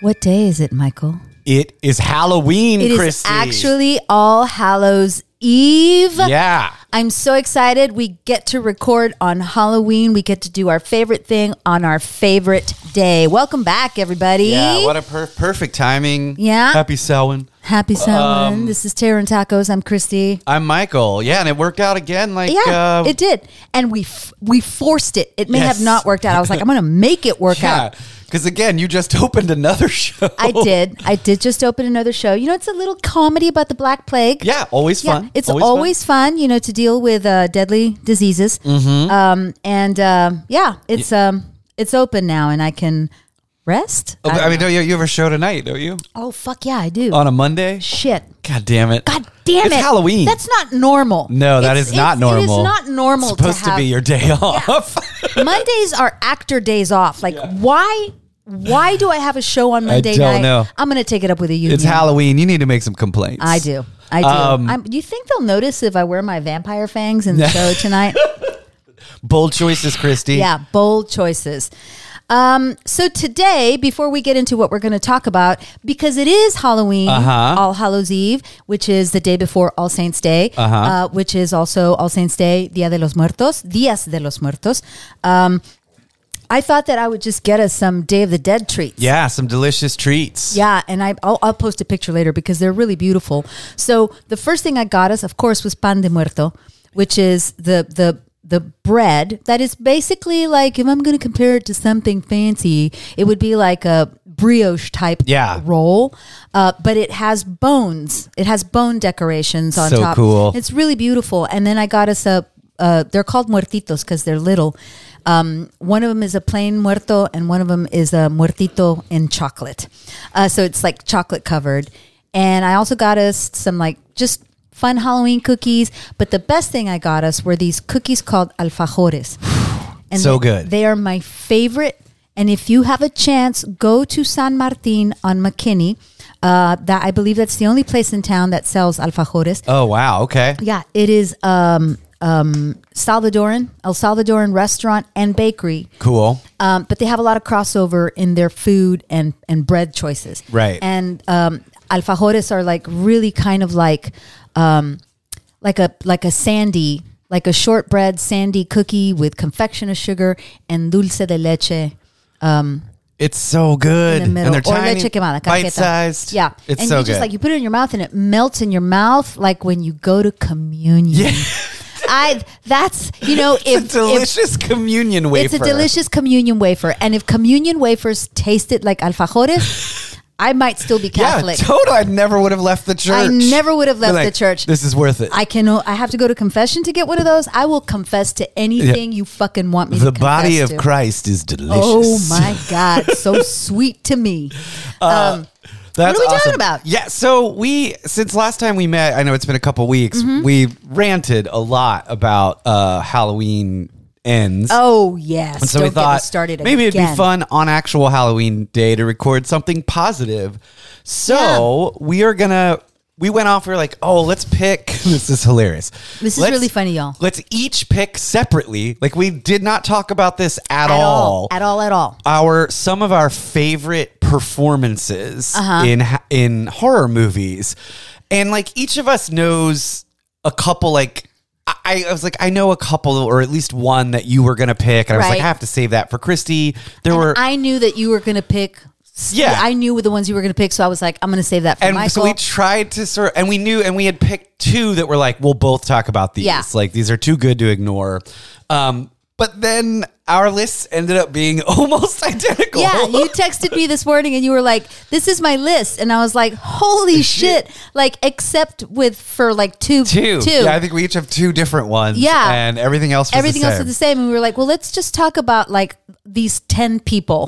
What day is it, Michael? It is Halloween, It is Christy. actually All Hallows Eve. yeah. I'm so excited. We get to record on Halloween. We get to do our favorite thing on our favorite day. Welcome back, everybody. Yeah, what a per- perfect timing. Yeah. Happy Samhain. Happy Samhain. this is Terror and Tacos. I'm Christy. I'm Michael. Yeah, and it worked out again. Like, Yeah, uh, it did, and we f- we forced it. It may Yes. have not worked out. I was like, I'm going to make it work out. yeah. Oh. Because again, you just opened another show. I did. I did just open another show. You know, it's a little comedy about the Black Plague. Yeah, always Yeah, fun. it's always always, fun. fun. you know, to deal with uh, deadly diseases. Mm-hmm. Um, and um, yeah, it's um, it's open now, and I can rest. Oh, but, I- I mean, no, you, you have a show tonight, don't you? oh fuck yeah, I do. On a Monday? Shit, God damn it. god damn It's it, Halloween. That's not normal. no, that It's- is not it's- normal. It is not normal. It's supposed to, have- be your day off. Mondays are actor days off. Like why? Why do I have a show on Monday don't night? know. I'm gonna take it up with a union. it's Halloween. You need to make some complaints. I do. I do. Um, I'm, do you think they'll notice if I wear my vampire fangs in the show tonight? Bold choices, Christy. yeah, bold choices. Um, so today, before we get into what we're going to talk about, because it is Halloween, All Hallows Eve, which is the day before All Saints Day, uh, which is also All Saints Day, Dia de los Muertos, Días de los Muertos. Um, I thought that I would just get us some Day of the Dead treats. Yeah, some delicious treats. Yeah, and I, I'll, I'll post a picture later because they're really beautiful. So the first thing I got us, of course, was pan de muerto, which is the the the bread that is basically like if I'm going to compare it to something fancy, it would be like a brioche type Yeah. roll, uh, but it has bones. It has bone decorations on So top. cool. It's really beautiful. And then I got us a. Uh, they're called muertitos because they're little. Um, one of them is a plain muerto, and one of them is a muertito in chocolate. Uh, so it's like chocolate covered. And I also got us some like just fun Halloween cookies. But the best thing I got us were these cookies called alfajores. And So they- good. They are my favorite. And if you have a chance, go to San Martin on McKinney. Uh, that I believe that's the only place in town that sells alfajores. Oh, wow. Okay. Yeah, it is um, um, Salvadoran, El Salvadoran restaurant and bakery. Cool. Um, but they have a lot of crossover in their food and, and bread choices. Right. And um, alfajores are like really kind of like um, like a like a sandy like a shortbread sandy cookie with confectioner sugar and dulce de leche It's so good. in the And middle, they're or tiny, leche quemada, cajeta. bite-sized. Yeah, It's and so you good. just like you put it in your mouth and it melts in your mouth, like when you go to communion. I that's you know if it's a if- delicious communion wafer. it's a delicious communion wafer, and if communion wafers tasted like alfajores, I might still be Yeah, Catholic. totally. I never would have left the church. I never would have Be left like, the church. This is worth it. I can. I have to go to confession to get one of those. I will confess to anything you fucking want me to. the body confess of to. Christ is delicious. Oh my God! So sweet to me. um, That's What are we talking awesome. about? Yeah, so we since last time we met, I know it's been a couple weeks. Mm-hmm. We ranted a lot about uh, Halloween ends. Oh yes. And so Don't we get me thought started maybe it'd be again. fun on actual Halloween day to record something positive. So we are gonna. We went off. We were like, "Oh, let's pick." This is hilarious. This is Let's- really funny, y'all. Let's each pick separately. Like we did not talk about this At at, all. At all. At all. Our some of our favorite performances Uh-huh. in ha- in horror movies, and like each of us knows a couple like. I, I was like, I know a couple, or at least one that you were gonna pick, and I was like, Right. I have to save that for Christy. There were, I knew that you were going to pick. Yeah. I knew the ones you were going to pick, so I was like, I'm going to save that for and Michael. so we tried to sort, and we knew, and we had picked two that were like, we'll both talk about these. Yeah. Like these are too good to ignore. Um, but then our lists ended up being almost identical. yeah, you texted me this morning and you were like, "This is my list," and I was like, "Holy shit!" Like, except with for like two, two. Yeah, I think we each have two different ones. Yeah. and everything else. Was Everything the else same. is the same, and we were like, "Well, let's just talk about like these ten people."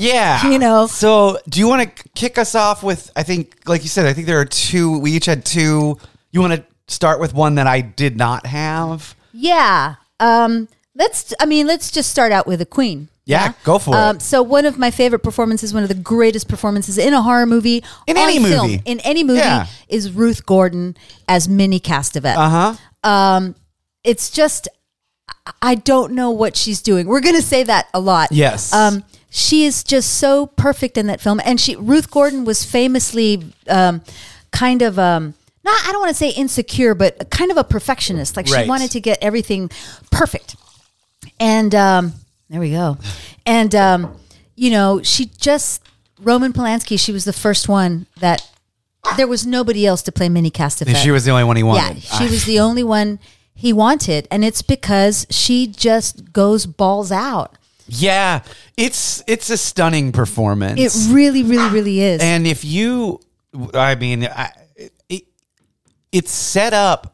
Yeah, you know, So, do you want to kick us off with? I think, like you said, I think there are two. We each had two. You want to start with one that I did not have? Yeah. Um, let's. I mean, let's just start out with a queen. Yeah, go for it. Um, So one of my favorite performances, one of the greatest performances in a horror movie, In on any film, movie. in any movie, Yeah. is Uh-huh. Ruth Gordon as Minnie Castevet. Uh huh. Um, it's just. I don't know what she's doing. We're going to say that a lot. Yes. Um, she is just so perfect in that film, and she Ruth Gordon was famously um, kind of um, not I don't want to say insecure, but kind of a perfectionist. Like Right. she wanted to get everything perfect. And um, there we go. And um, you know, she just Roman Polanski. She was the first one that there was nobody else to play Minnie Castevet. And she was the only one he Yeah, wanted. she was the only one he wanted, and it's because she just goes balls out. yeah, it's it's a stunning performance. It really, really, really is. And if you, I mean, I, it, it's set up.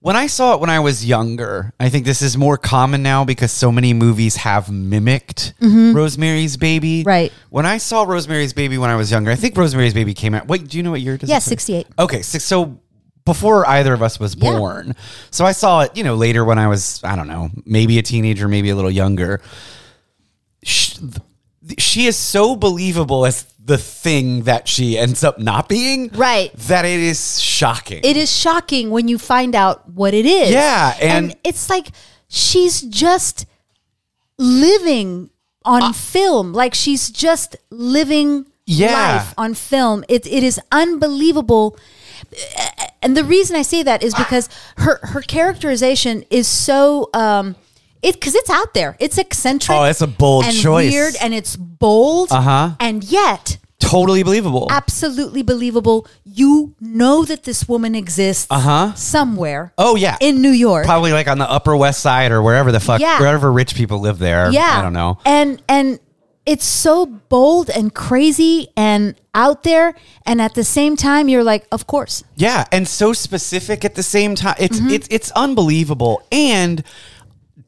When I saw it when I was younger, I think this is more common now because so many movies have mimicked Rosemary's Baby. Mm-hmm. Right. When I saw Rosemary's Baby when I was younger, I think Rosemary's Baby came out. Wait, do you know what year? Does Yeah, this- 68. Okay, six, so before either of us was Yeah. born. So I saw it, you know, later when I was, I don't know, maybe a teenager, maybe a little younger. She, she is so believable as the thing that she ends up not being. Right. That it is shocking. it is shocking when you find out what it is. Yeah, and- it's like she's just living on film. Like she's just living Yeah. life on film. It it is unbelievable. And the reason I say that is because her her characterization is so um it because it's out there. It's eccentric. Oh, it's a bold and choice. Weird and it's bold. Uh Uh-huh. And yet totally believable. absolutely believable. You know that this woman exists Uh-huh. somewhere. Oh, yeah. in New York. Probably like on the Upper West Side or wherever the fuck, Yeah. wherever rich people live there. yeah, I don't know. And and it's so bold and crazy and out there, and at the same time, you're like, of course, Yeah, and so specific at the same time. It's Mm-hmm. it's it's unbelievable and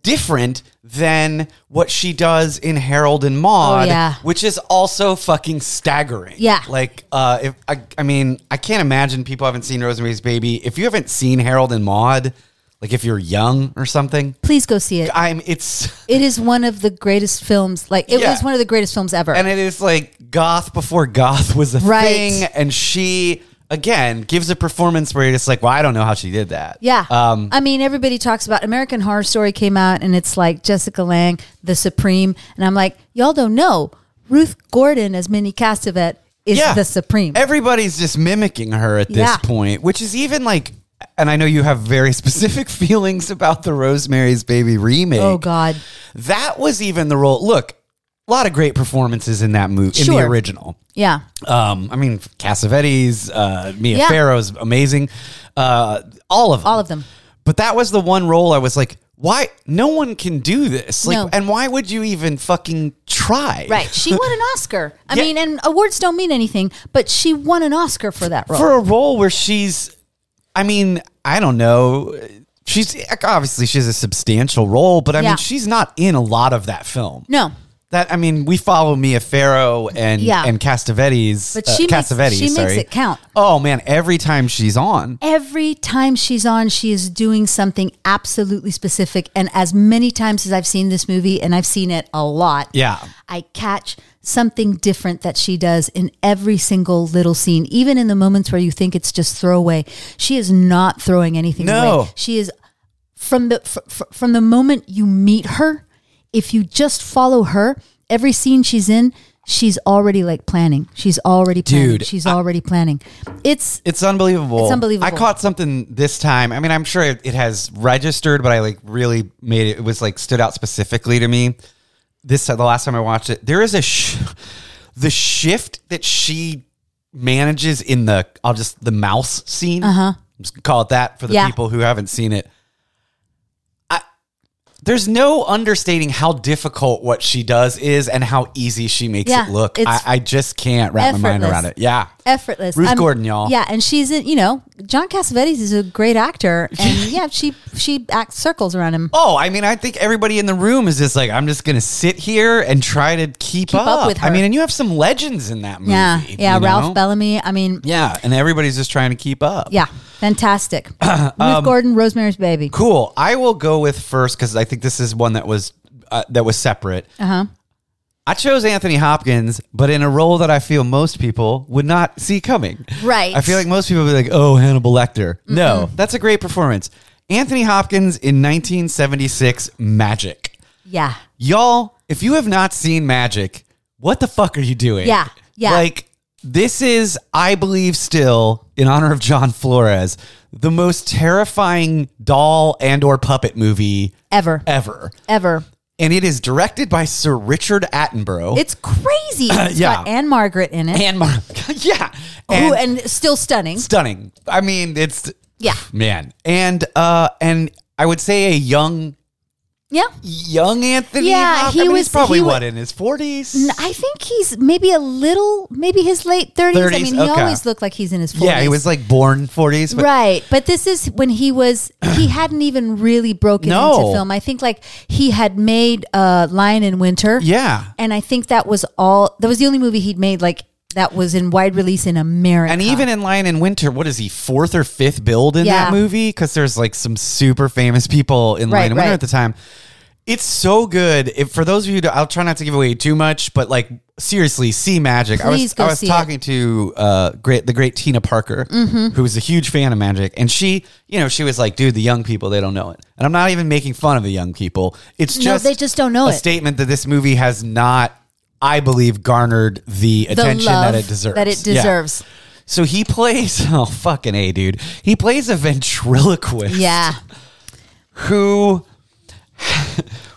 different than what she does in Harold and Maude, Oh, yeah. which is also fucking staggering. Yeah. like uh, if I, I mean, I can't imagine people haven't seen Rosemary's Baby. If you haven't seen Harold and Maude, like if you're young or something, please go see it. I'm it's It is one of the greatest films. Like it Yeah. was one of the greatest films ever. and it is like goth before goth was a Right. thing, and she again gives a performance where you're just like, well, I don't know how she did that. yeah, Um, I mean, everybody talks about American Horror Story came out, and it's like Jessica Lange, The Supreme, and I'm like, y'all don't know Ruth Gordon as Minnie Castevet is the Supreme. Everybody's just mimicking her at this Yeah. point, which is even like, and I know you have very specific feelings about the Rosemary's Baby remake. oh God. that was even the role. Look, a lot of great performances in that movie in the Sure. original. Yeah. Um, I mean, Cassavetes, uh, Mia Yeah. Farrow's amazing. Uh, all of them. All of them. But that was the one role I was like, why? No one can do this. Like, No. and why would you even fucking try? Right. She won an Oscar. I Yeah. mean, and awards don't mean anything, but she won an Oscar for that role. for a role where she's i mean i don't know she's obviously she has a substantial role but i Yeah. mean she's not in a lot of that film no. that i mean we follow mia farrow and Yeah. and castavetti's But uh, she makes- Cassavetes, she makes sorry. it count. oh man every time she's on Every time she's on, she is doing something absolutely specific. And as many times as I've seen this movie, and I've seen it a lot, yeah I catch something different that she does in every single little scene, even in the moments where you think it's just throwaway. She is not throwing anything No. away. She is from the fr- fr- from the moment you meet her. If you just follow her, every scene she's in, she's already like planning. She's already planning. Dude, she's already planning. It's it's unbelievable. It's unbelievable. I caught something this time. I mean, I'm sure it, it has registered, but I like really made it. It was like stood out specifically to me. This uh, the last time I watched it, there is a sh- the shift that she manages in the I'll just the mouse scene. Uh huh. Just call it that for the Uh-huh. Yeah. people who haven't seen it. I- There's no understating how difficult what she does is and how easy she makes Yeah, it look. I, it's I just can't wrap my mind effortless. around it. Yeah. effortless. Ruth Gordon, y'all. Yeah, and she's in. You know, John Cassavetes is a great actor, and yeah, she she acts circles around him. Oh, I mean, I think everybody in the room is just like, I'm just gonna sit here and try to keep, up with I her. mean, and you have some legends in that movie. Yeah, yeah. you know? Ralph Bellamy. I mean, Yeah, and everybody's just trying to keep up. Yeah, fantastic. Um, Ruth Gordon, Rosemary's Baby. cool. I will go with first because I think this is one that was uh, that was separate. Uh huh. I chose Anthony Hopkins, but in a role that I feel most people would not see coming. Right. I feel like most people would be like, "Oh, Hannibal Lecter." No, that's a great performance. Anthony Hopkins in 1976 Magic. Yeah. Y'all, if you have not seen Magic, what the fuck are you doing? Yeah, yeah. Like, this is, I believe, still, in honor of John Flores, the most terrifying doll and or puppet movie Ever. ever. Ever. And it is directed by Sir Richard Attenborough. It's crazy. It's yeah. got Anne Margaret in it. and Mar- yeah. who, And- and still stunning. stunning. I mean, it's Yeah. man, and uh, and I would say a young, Yeah. young Anthony. Yeah, Hopkins. he I mean, was- he's probably he wa- what in his forties. I think he's maybe a little, maybe his late 30s. I 30s, mean, he okay. always looked like he's in his 40s. yeah, he was like born forties. But right. But this is when he was, he hadn't even really broken No. into film. I think like he had made uh, Lion in Winter. yeah, And I think that was all, that was the only movie he'd made like that was in wide release in America. and even in Lion in Winter, what is he fourth or fifth build in Yeah. that movie? Because there's like some super famous people in Right, Lion in Winter right. at the time. It's so good. If for those of you, to, I'll try not to give away too much, but like seriously, see Magic. I Please was go I was see it. talking to uh, great the great Tina Parker, Mm-hmm. who was a huge fan of Magic, and she, you know, she was like, "Dude, the young people they don't know it," and I'm not even making fun of the young people. It's No, just they just don't know a it. Statement that this movie has not, I believe, garnered the the attention love that it deserves. That it Yeah. deserves. So he plays, oh, fucking A, dude. He plays a ventriloquist Yeah. who,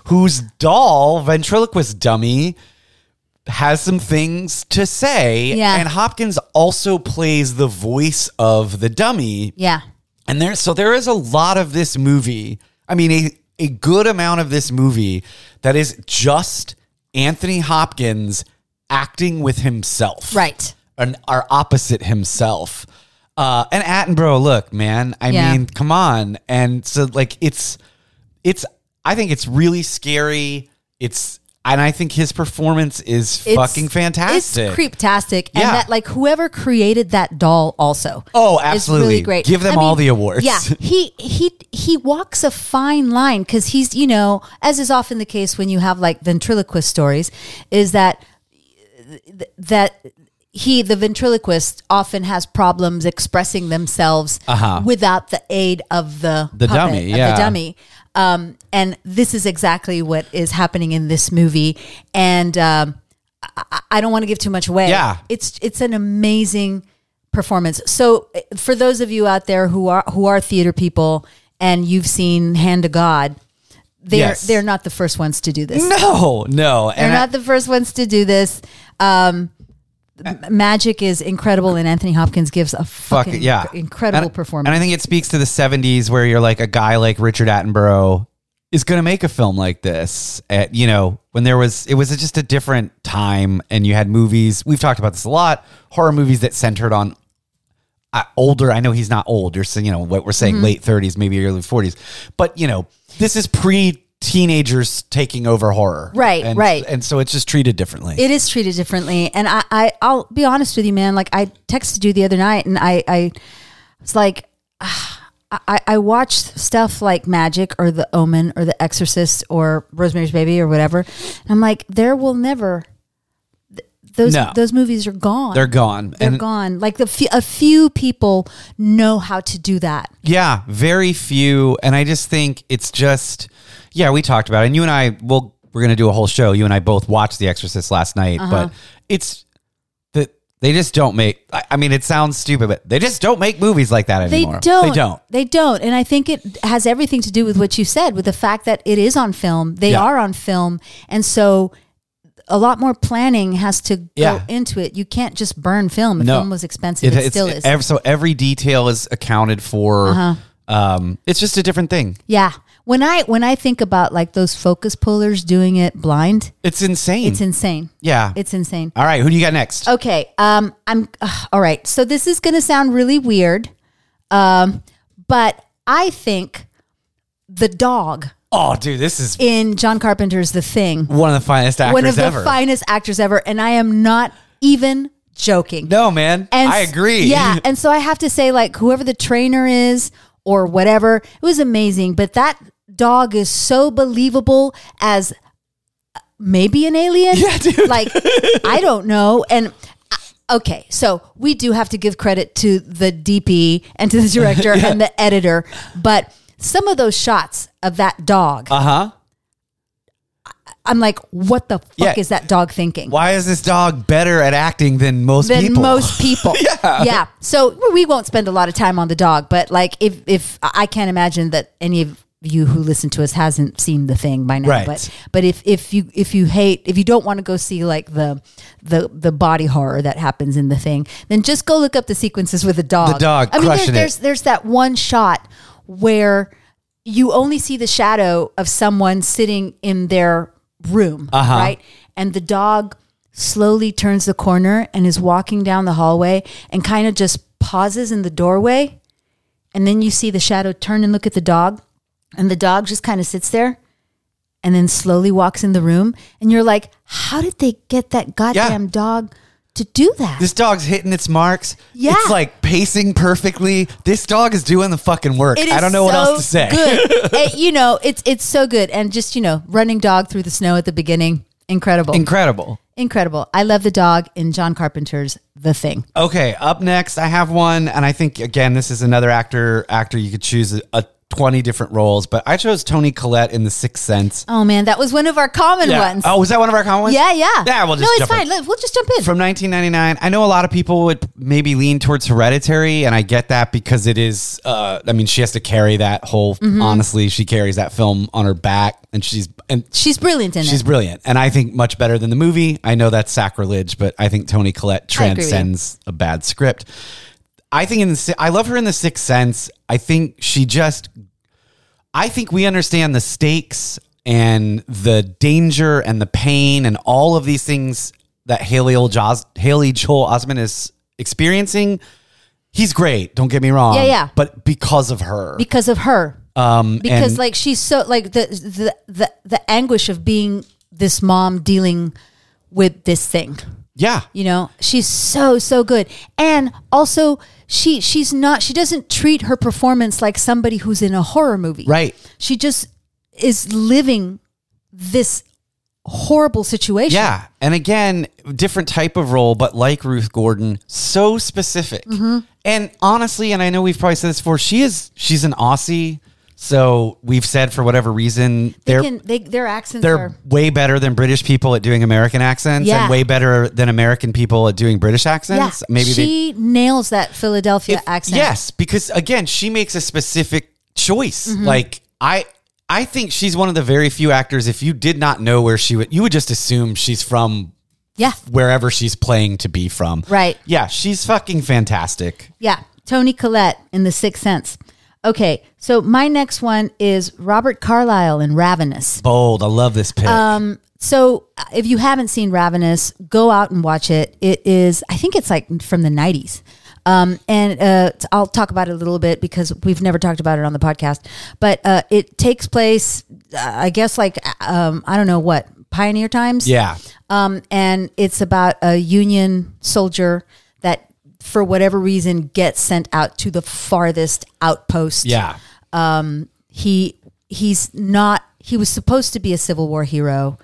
whose doll, ventriloquist dummy, has some things to say. Yeah. And Hopkins also plays the voice of the dummy. Yeah. And there, so there is a lot of this movie. I mean, a, a good amount of this movie that is just Anthony Hopkins acting with himself Right. an, are opposite himself. Uh, and Attenborough, look, man, I Yeah. mean, come on. And so, like, it's, it's, I think it's really scary. It's, and I think his performance is fucking fantastic. It's creeptastic. And Yeah. that like whoever created that doll also. Oh, is really absolutely. great. Give them I all mean, the awards. Yeah. He he he walks a fine line because he's, you know, as is often the case when you have like ventriloquist stories, is that that he the ventriloquist often has problems expressing themselves without the aid of the Uh-huh. The puppet, dummy, of yeah. the dummy. Um, and this is exactly what is happening in this movie, and um, I- I, I don't want to give too much away. Yeah. it's it's an amazing performance. So uh, for those of you out there who are who are theater people and you've seen Hand to God, they're Yes. they're not the first ones to do this. No, no. They're And I- not the first ones to do this. Um, m- magic is incredible, and Anthony Hopkins gives a Uh, fuck fucking yeah. incredible And- performance. And I think it speaks to the 70s where you're like a guy like Richard Attenborough is going to make a film like this at you know when there was it was just a different time and you had movies we've talked about this a lot horror movies that centered on uh, older I know he's not old you're saying you know what we're saying Mm-hmm. late 30s maybe early 40s but you know this is pre teenagers taking over horror Right, And- right. and so it's just treated differently it is treated differently, and I, I I'll be honest with you, man. Like I texted you the other night, and I I was like. ah, I, I watched stuff like Magic or The Omen or The Exorcist or Rosemary's Baby or whatever. And I'm like, there will never, th- those No. those movies are gone. they're gone They're and gone. Like the fe- a few people know how to do that. Yeah, very few. And I just think it's just, yeah, we talked about it. And you and I, well, we're going to do a whole show. You and I both watched The Exorcist last night, Uh-huh. but it's that they just don't make, I, I mean, it sounds stupid, but they just don't make movies like that They anymore. don't. They don't. They don't. And I think it has everything to do with what you said, with the fact that it is on film. They Yeah. are on film, and so a lot more planning has to Yeah. go into it. You can't just burn film. If No. film was expensive. It, it's- still is. Uh-huh. ev- so every detail is accounted for. Um, it's just a different thing. yeah. When I when I think about like those focus pullers doing it blind, It's insane. it's insane. yeah. It's insane. All right. Who do you got next? Okay. Um, I'm ugh, all right. So this is going to sound really weird, um, but I think the dog Oh, dude, this is in John Carpenter's The Thing, one of the finest actors one of the ever. finest actors ever, and I am not even joking. no, man. And I s- agree. Yeah, and so I have to say, like whoever the trainer is or whatever, it was amazing. But that dog is so believable as uh, maybe an alien. Yeah, dude. Like I don't know. And uh, okay, so we do have to give credit to the DP and to the director and the editor, but some of those shots of that dog, Uh huh. I'm like, what the fuck Yeah. is that dog thinking? Why is this dog better at acting than most than people? most people. yeah. Yeah. So we won't spend a lot of time on the dog, but like if if I can't imagine that any of you who listen to us hasn't seen the thing by now. Right. But but if if you if you hate if you don't want to go see like the the the body horror that happens in the thing, then just go look up the sequences with the dog. The dog I mean there, crushing it. there's there's that one shot where you only see the shadow of someone sitting in their room, Uh-huh. right? And the dog slowly turns the corner and is walking down the hallway and kind of just pauses in the doorway. And then you see the shadow turn and look at the dog, and the dog just kind of sits there and then slowly walks in the room. And you're like, how did they get that goddamn dog to do that? This dog's hitting its marks. Yeah. It's like pacing perfectly. This dog is doing the fucking work. It is I don't know what so else to say. Good, It- you know, it's it's so good, and just you know, running dog through the snow at the beginning, incredible, Incredible. incredible. I love the dog in John Carpenter's The Thing. Okay, up next, I have one, and I think again, this is another actor. Actor you could choose a, a twenty different roles, but I chose Tony Collette in The Sixth Sense. Oh man, that was one of our common Yeah. ones. Oh, was that one of our common ones? yeah, yeah, Yeah, we'll just no, it's jump in. fine. Let- We'll just jump in. From 1999, I know a lot of people would maybe lean towards Hereditary, and I get that because it is. Uh, I mean, she has to carry that whole. Honestly, she carries that film on her back, and she's and she's brilliant in She's it. brilliant, and I think much better than the movie. I know that's sacrilege, but I think Tony Collette I agree with you. transcends a bad script. I think in the Si- I love her in the Sixth Sense. I think she just, I think we understand the stakes and the danger and the pain and all of these things that Haley, Joel Jos- Haley Joel Osment is experiencing. He's great. Don't get me wrong. Yeah, yeah. But because of her, Because of her, um, because and- like she's so like the, the the the anguish of being this mom dealing with this thing. yeah, You know, she's so so good, and also she she's not she doesn't treat her performance like somebody who's in a horror movie. right. She just is living this horrible situation. Yeah. And again, different type of role, but like Ruth Gordon, so specific. Mm-hmm. And honestly, and I know we've probably said this before, she is she's an Aussie. So we've said for whatever reason they they're can, they, their accents they're are way better than British people at doing American accents Yeah. and way better than American people at doing British accents. yeah. Maybe they she nails that Philadelphia if- accent. Yes, because again, she makes a specific choice. Mm-hmm. Like I I think she's one of the very few actors if you did not know where she would you would just assume she's from yeah, wherever she's playing to be from. Right. Yeah, she's fucking fantastic. yeah. Tony Collette in The Sixth Sense. Okay, so my next one is Robert Carlyle in Ravenous. Bold. I love this pick. Um, So uh, if you haven't seen Ravenous, go out and watch it. It is, I think it's like from the 90s. Um, and uh, t- I'll talk about it a little bit because we've never talked about it on the podcast. But uh, it takes place, uh, I guess, like, um, I don't know what, pioneer times? yeah. Um, and it's about a Union soldier that, for whatever reason, gets sent out to the farthest outpost Yeah. he he's not he was supposed to be a civil war hero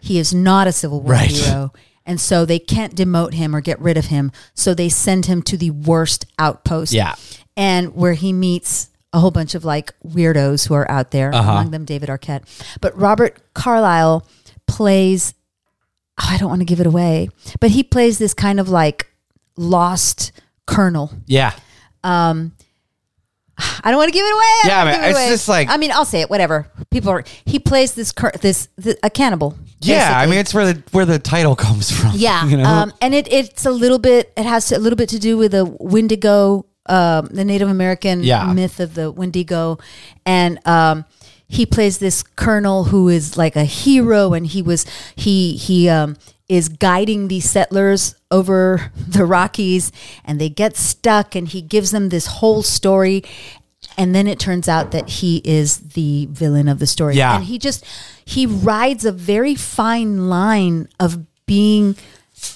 he is not a civil war Right. hero and so they can't demote him or get rid of him so they send him to the worst outpost Yeah. and where he meets a whole bunch of like weirdos who are out there Uh-huh. among them david arquette but robert carlyle plays oh, i don't want to give it away but he plays this kind of like lost colonel Yeah. I don't want to give it away. I don't Yeah, wanna man, give it it's away. just like- I mean, I'll say it. Whatever. People are. He plays this cur- this, th a cannibal. Yeah. I basically. mean it's where the where the title comes from. yeah. You know? Um, and it it's a little bit. It has a little bit to do with the Wendigo, um, the Native American Yeah. myth of the Wendigo, and um, he plays this colonel who is like a hero, and he was he he um, is guiding these settlers over the Rockies, and they get stuck, and he gives them this whole story. And then it turns out that he is the villain of the story. Yeah. And he just, he rides a very fine line of being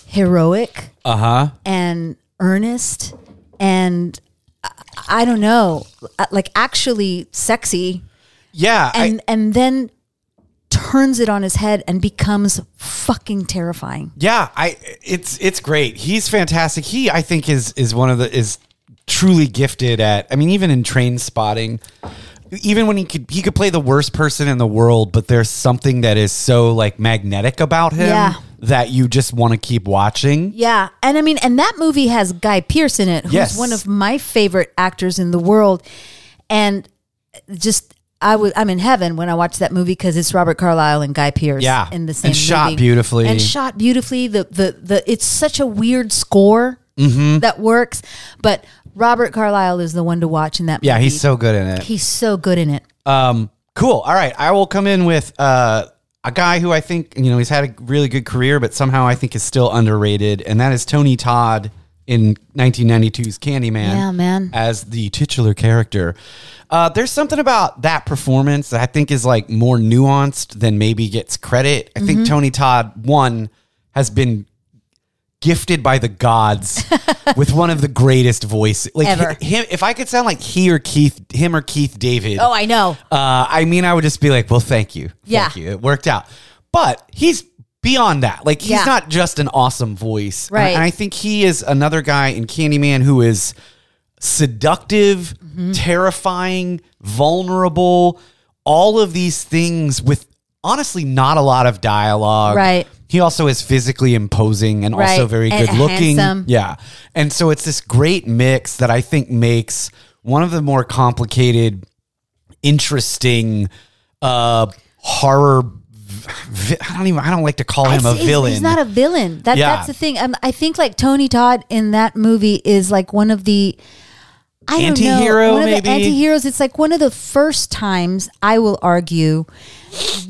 heroic uh-huh. and earnest and I- I don't know, uh, like actually sexy, Yeah. I- and and then turns it on his head and becomes fucking terrifying. Yeah, I it's it's great. He's fantastic. He I think is is one of the is truly gifted at. I mean, even in train spotting, even when he could he could play the worst person in the world, but there's something that is so like magnetic about him Yeah. that you just want to keep watching. Yeah, and I mean, and that movie has Guy Pearce in it, who's Yes. one of my favorite actors in the world, and just I was I'm in heaven when I watched that movie because it's Robert Carlyle and Guy Pearce, Yeah. in the And same shot movie. beautifully. and shot beautifully. The the the it's such a weird score Mm-hmm. that works, but Robert Carlyle is the one to watch in that. Yeah, movie. he's so good in it. he's so good in it. Um, cool. All right, I will come in with uh, a guy who I think you know he's had a really good career, but somehow I think is still underrated, and that is Tony Todd in 1992's Candyman. Yeah, man. as the titular character. Uh, there's something about that performance that I think is like more nuanced than maybe gets credit. I Mm-hmm. think Tony Todd one has been gifted by the gods with one of the greatest voices. Like Ever. hi- him, if I could sound like he or Keith, him or Keith David. Oh, I know. Uh, I mean, I would just be like, well, thank you. Yeah. Thank you. It worked out. But he's beyond that. Like, he's Yeah. not just an awesome voice. And- Right. And, I think he is another guy in Candyman who is seductive, Mm-hmm. terrifying, vulnerable, all of these things with honestly not a lot of dialogue. Right. He also is physically imposing and also Right. very And good looking. handsome. Yeah. And so it's this great mix that I think makes one of the more complicated, interesting uh horror vi- I don't even I don't like to call him It's- a he's- villain. He's not a villain. That, Yeah. That's the thing. Um, I think like Tony Todd in that movie is like one of the. I don't Anti-hero, know. One of maybe? the anti-heroes. It's like one of the first times I will argue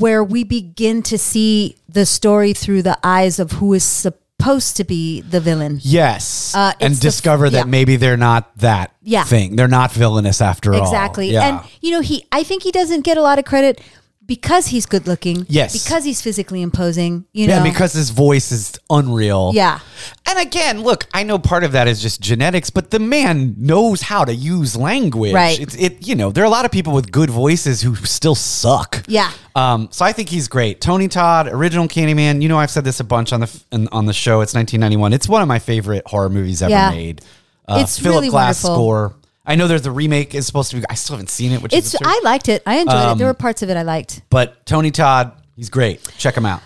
where we begin to see the story through the eyes of who is supposed to be the villain. yes. Uh, and it's the- discover that yeah. maybe they're not that Yeah. thing. They're not villainous after all. Exactly. Oh, Yeah. And you know, he I think he doesn't get a lot of credit because he's good looking. Yes. Because he's physically imposing. You yeah, know. because his voice is unreal. yeah. And again, look, I know part of that is just genetics, but the man knows how to use language. Right. It's it you know, there are a lot of people with good voices who still suck. Yeah. Um, so I think he's great. Tony Todd, original Candyman. You know, I've said this a bunch on the f- in- on the show. It's 1991. It's one of my favorite horror movies ever Yeah. made. Uh, It's Philip really Glass wonderful. score. I know there's the remake is supposed to be. I still haven't seen it, which It's is Um, absurd. I liked it. I enjoyed it. There were parts of it I liked. but Tony Todd, he's great. Check him out.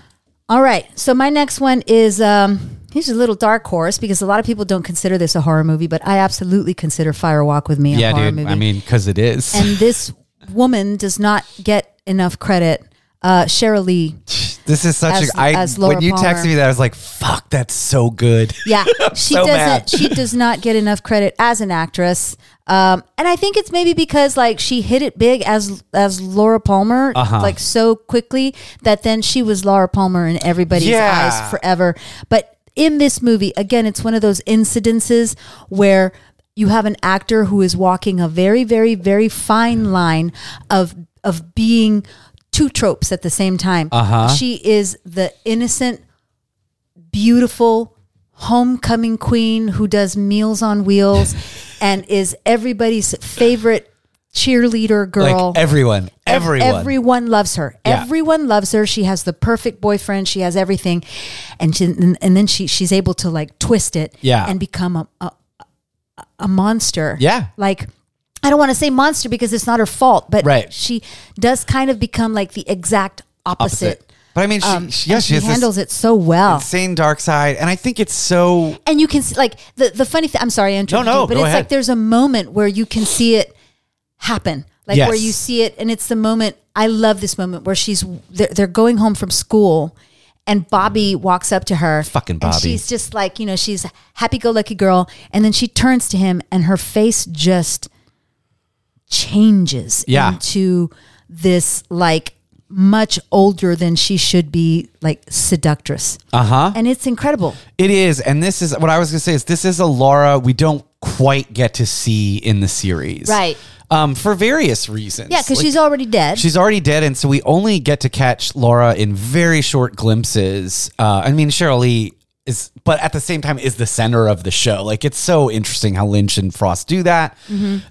All right. So my next one is um here's a little dark horse because a lot of people don't consider this a horror movie, but I absolutely consider Fire Walk with Me a Yeah, horror dude. movie. I mean, because it is. and this woman does not get enough credit. Uh Cheryl Lee. This is such As- a. I as Laura when you Palmer. texted me that, I was like, "Fuck, that's so good." Yeah. She So doesn't mad. she does not get enough credit as an actress. Um and I think it's maybe because like she hit it big as as Laura Palmer Uh-huh. like so quickly that then she was Laura Palmer in everybody's Yeah. eyes forever. But in this movie, again, it's one of those incidences where you have an actor who is walking a very, very, very fine line of of being two tropes at the same time. Uh-huh. She is the innocent, beautiful homecoming queen who does meals on wheels and is everybody's favorite cheerleader girl. Like everyone, Ev- everyone. everyone loves her. Yeah. Everyone loves her. She has the perfect boyfriend. She has everything, and she, and, and then she she's able to like twist it, Yeah. and become a a, a monster, Yeah. Like I don't want to say monster because it's not her fault, but Right. she does kind of become like the exact opposite. But I mean, she, she, yeah, Um, And she, she has handles it so well. this insane dark side, and I think it's so. and you can see like the the funny thing. I'm sorry, I interrupted no, you, but go it's ahead. like there's a moment where you can see it happen, like Yes. where you see it, and it's the moment. I love this moment where she's they're, they're going home from school, and Bobby walks up to her. Fucking And Bobby. she's just like you know she's a happy-go-lucky girl, and then she turns to him, and her face just changes Yeah. into this like much older than she should be like seductress Uh huh. and it's incredible It is, and this is what I was gonna say is this is a Laura we don't quite get to see in the series, Right. Um, for various reasons. yeah because Like, she's already dead She's already dead, and so we only get to catch Laura in very short glimpses. Uh, I mean, Cheryl Lee is, but at the same time, is the center of the show. Like, it's so interesting how Lynch and Frost do that.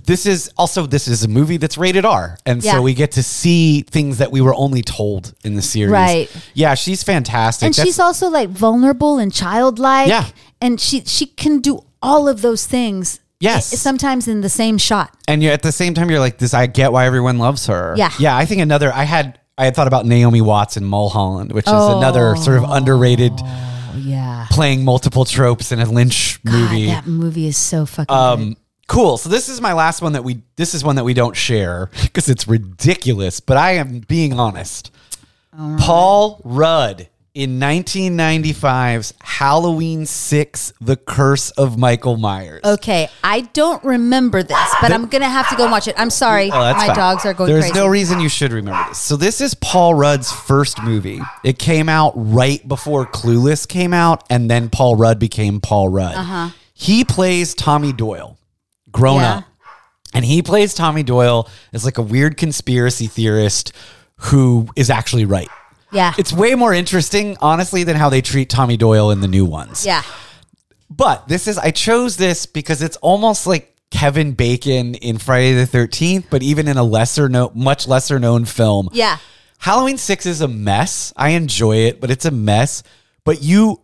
This is also this is a movie that's rated R, and Mm-hmm. Yeah. so we get to see things that we were only told in the series. Right. Yeah, she's fantastic. and That's- she's also like vulnerable and childlike. Yeah. And she she can do all of those things Yes. sometimes in the same shot. and you're at the same time you're like this i get why everyone loves her Yeah. yeah i think another i had i had thought about naomi watts in mulholland which is Oh. another sort of underrated Oh yeah. playing multiple tropes in a lynch movie God, that movie is so fucking. good. um cool so this is my last one that we this is one that we don't share because it's ridiculous but i am being honest paul rudd in 1995's Halloween 6, The Curse of Michael Myers. Okay, I don't remember this, but I'm gonna have to go watch it. I'm sorry, Oh, that's my fine. dogs are going There's crazy. no reason you should remember this. So this is Paul Rudd's first movie. It came out right before Clueless came out, and then Paul Rudd became Paul Rudd. He plays Tommy Doyle, grown Uh-huh. Yeah. up, and he plays Tommy Doyle as like a weird conspiracy theorist who is actually right. yeah, It's way more interesting, honestly, than how they treat Tommy Doyle in the new ones. yeah. But this is I chose this because it's almost like Kevin Bacon in Friday the Thirteenth, but even in a lesser known, much lesser known film. Yeah. Halloween Six is a mess. I enjoy it, but it's a mess. But you,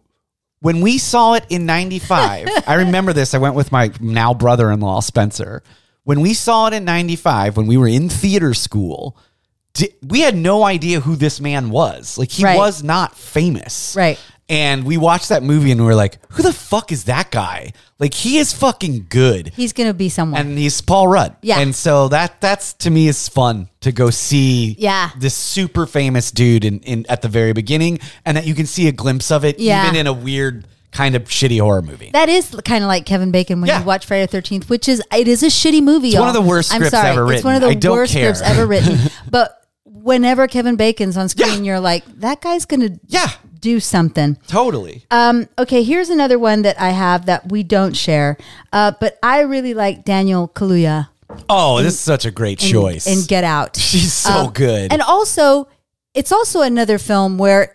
when we saw it in '95, I remember this. I went with my now brother-in-law Spencer. When we saw it in '95, when we were in theater school, di- we had no idea who this man was. Like he Right. was not famous, Right. and we watched that movie and we were like, who the fuck is that guy? Like he is fucking good. He's gonna be someone. And he's Paul Rudd. Yeah. And so that that's to me is fun to go see Yeah. this super famous dude in, in at the very beginning and that you can see a glimpse of it Yeah. even in a weird kind of shitty horror movie. that is kind of like Kevin Bacon when Yeah. you watch Friday the Thirteenth, which is it is a shitty movie. It's one of the worst I'm scripts sorry. ever It's one of the written. I don't worst care. scripts ever written. but whenever Kevin Bacon's on screen, Yeah. you're like, that guy's gonna yeah. do something. Totally. Um, okay, here's another one that I have that we don't share, uh, but I really like Daniel Kaluuya oh, this is such a great in, choice. in Get Out. She's so Um, good. And also, it's also another film where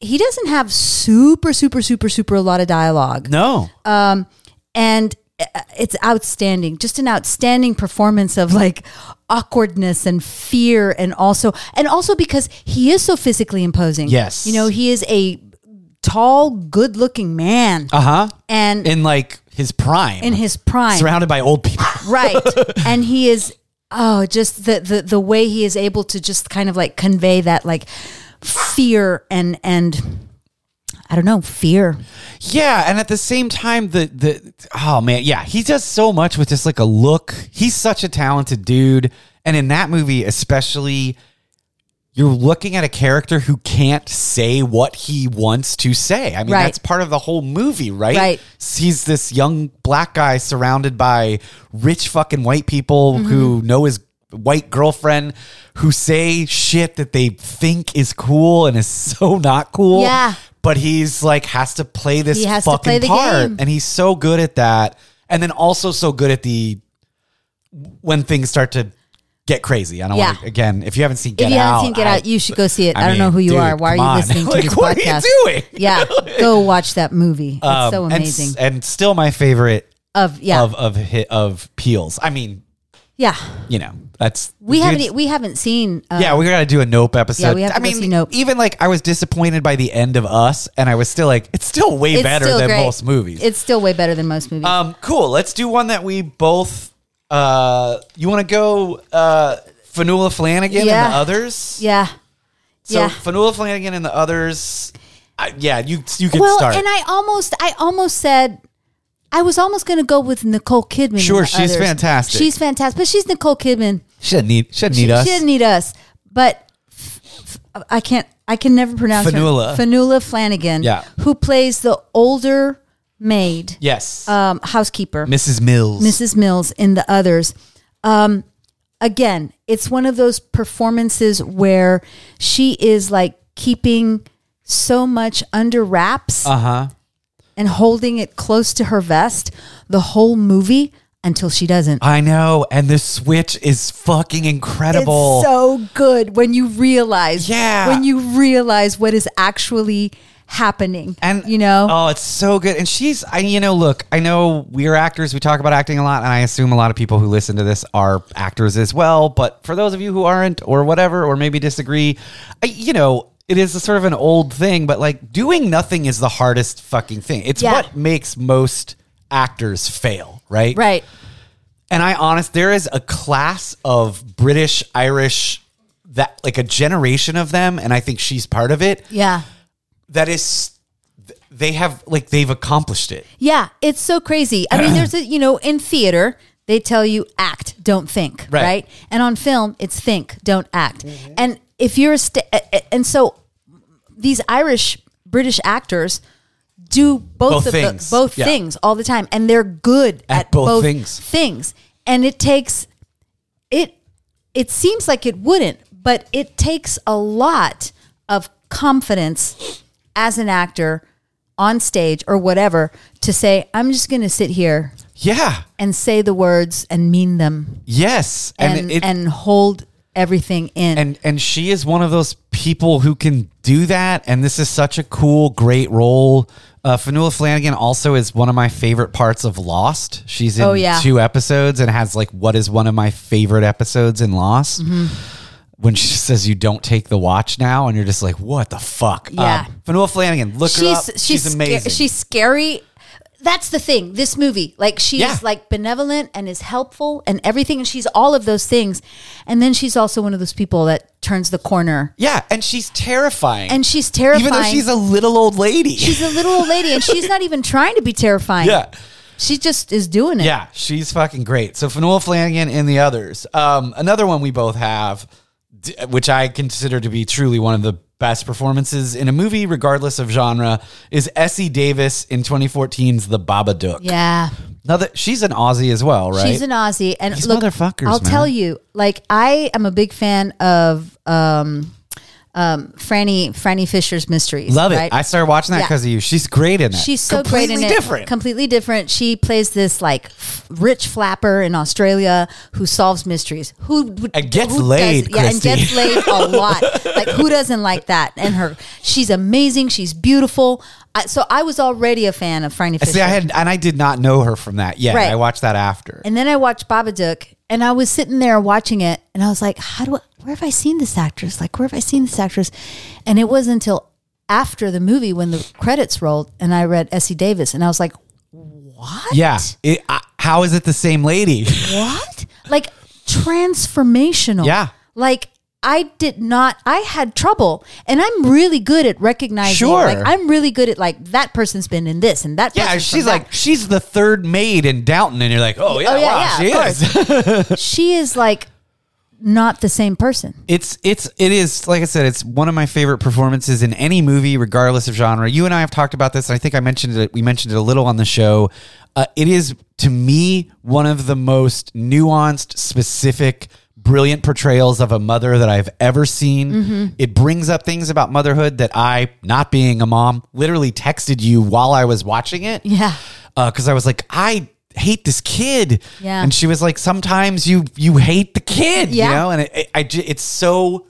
he doesn't have super, super, super, super a lot of dialogue. no. uh, And uh, it's outstanding, just an outstanding performance of like awkwardness and fear. And also, and also because he is so physically imposing. Yes. You know, he is a tall, good looking man. uh-huh. and In like his prime. in his prime. surrounded by old people. right and he is oh just the, the the way he is able to just kind of like convey that like fear and and i don't know fear Yeah, and at the same time, the the oh man, yeah, he does so much with just like a look. He's such a talented dude, and in that movie especially, you're looking at a character who can't say what he wants to say. I mean, Right. that's part of the whole movie, right? Right. He's this young black guy surrounded by rich fucking white people Mm-hmm. who know his white girlfriend who say shit that they think is cool and is so not cool. Yeah. But he's like has to play this He has to fucking play the part. game. And he's so good at that. And then also so good at the when things start to get crazy. I don't Yeah. want to again, if you haven't seen Get if you Out. haven't seen get I- out you should go see it I i, don't know mean, who you dude, are why are you come on. listening to Like, this what are you podcast doing? yeah go watch that movie it's um, so and s- amazing And, still my favorite of yeah of of hi- of Peels. I mean, yeah you know, that's we the dude's- haven't e, we haven't seen uh, yeah, we gotta do a Nope episode. Yeah, we have I to go mean, see Nope. even like I was disappointed by the end of Us, and I was still like, it's still way it's better still than great. most movies. it's still way better than most movies Um, cool. Let's do one that we both. Uh, you want to go uh, Fanula Flanagan Yeah. and the others? yeah So yeah Fanula Flanagan and the others. I, yeah, you you can well, start. and I almost, I almost said, I was almost going to go with Nicole Kidman. and Sure, the she's others. fantastic. She's fantastic, but she's Nicole Kidman. she doesn't need. She doesn't need she, us. she didn't need us, but f- f- I can't. I can never pronounce Fanula. her. Fanula Flanagan. Yeah. who plays the older maid, yes, um, housekeeper, Mrs. Mills. Mrs. Mills in the others. Um, again, it's one of those performances where she is like keeping so much under wraps Uh huh. and holding it close to her vest the whole movie until she doesn't. I know, and the switch is fucking incredible. It's so good when you realize, Yeah. when you realize what is actually happening, And you know, oh, it's so good. And she's, I, you know, look, I know we're actors. We talk about acting a lot, and I assume a lot of people who listen to this are actors as well. But for those of you who aren't, or whatever, or maybe disagree, I, you know, it is a sort of an old thing. But like, doing nothing is the hardest fucking thing. It's Yeah. what makes most actors fail, right? Right. And I honest, there is a class of British, Irish, that like a generation of them, and I think she's part of it. Yeah. That is, they have like they've accomplished it. Yeah, it's so crazy. I mean, there's a, you know, in theater, they tell you act, don't think, Right. right? And on film, it's think, don't act. And if you're a st- a- a- and so these Irish British actors do both, Both of things. The, both Yeah. things all the time and they're good at, both things. things. And it takes it it seems like it wouldn't, but it takes a lot of confidence as an actor on stage or whatever to say, I'm just going to sit here Yeah. and say the words and mean them Yes. and, And and, it, hold everything in. and and she is one of those people who can do that and this is such a cool great role uh, Fanula Flanagan also is one of my favorite parts of Lost. She's in Oh, yeah. two episodes and has like what is one of my favorite episodes in Lost. Mm-hmm. When she says you don't take the watch now and you're just like what the fuck. Uh, Yeah. Fanula Flanagan, look her up. She's, sca- amazing. she's scary. That's the thing. This movie, like she's Yeah. like benevolent and is helpful and everything, and she's all of those things. And then she's also one of those people that turns the corner, yeah, and she's terrifying. and she's terrifying. even though she's a little old lady. She's a little old lady, and she's not even trying to be terrifying. yeah. She just is doing it. Yeah, she's fucking great. So Fanula Flanagan and the others. Um, another one we both have, d- which I consider to be truly one of the best performances in a movie, regardless of genre, is Essie Davis in 2014's The Babadook. Yeah. Another, she's an Aussie as well, right? She's an Aussie, and These look, motherfuckers, I'll man. tell you, like I am a big fan of um, um, Franny Franny Fisher's Mysteries. Love it. right? I started watching that Yeah. because of you. She's great in it. She's so Completely great in it. different. Completely different. She plays this like f- rich flapper in Australia who solves mysteries. Who would- And gets who laid, Yeah, and Christy. gets laid a lot. like who doesn't like that? And her, she's amazing. She's beautiful. I, so I was already a fan of Franny Fisher. See, I had and I did not know her from that yet. Right. I watched that after. And then I watched Babadook, and I was sitting there watching it, and I was like, "How do I? Where have I seen this actress? Like, where have I seen this actress?" And it wasn't until after the movie when the credits rolled, and I read Essie Davis, and I was like, "What? yeah. It, I, how is it the same lady? what? Like transformational? Yeah. Like." I did not. I had trouble, and I'm really good at recognizing. Sure. like, I'm really good at like that person's been in this and that. Yeah, person's from she's that. like she's the third maid in Downton, and you're like, oh yeah, Oh, yeah, wow, yeah, she of is. she is like not the same person. it's it's it is like I said, it's one of my favorite performances in any movie, regardless of genre. You and I have talked about this, and I think I mentioned it. We mentioned it a little on the show. Uh, it is to me one of the most nuanced, specific, brilliant portrayals of a mother that I've ever seen. Mm-hmm. It brings up things about motherhood that I, not being a mom, literally texted you while I was watching it. Yeah. because uh, I was like, I hate this kid. Yeah. And she was like, sometimes you you hate the kid. You Yeah. know, and it, it, I ju- it's so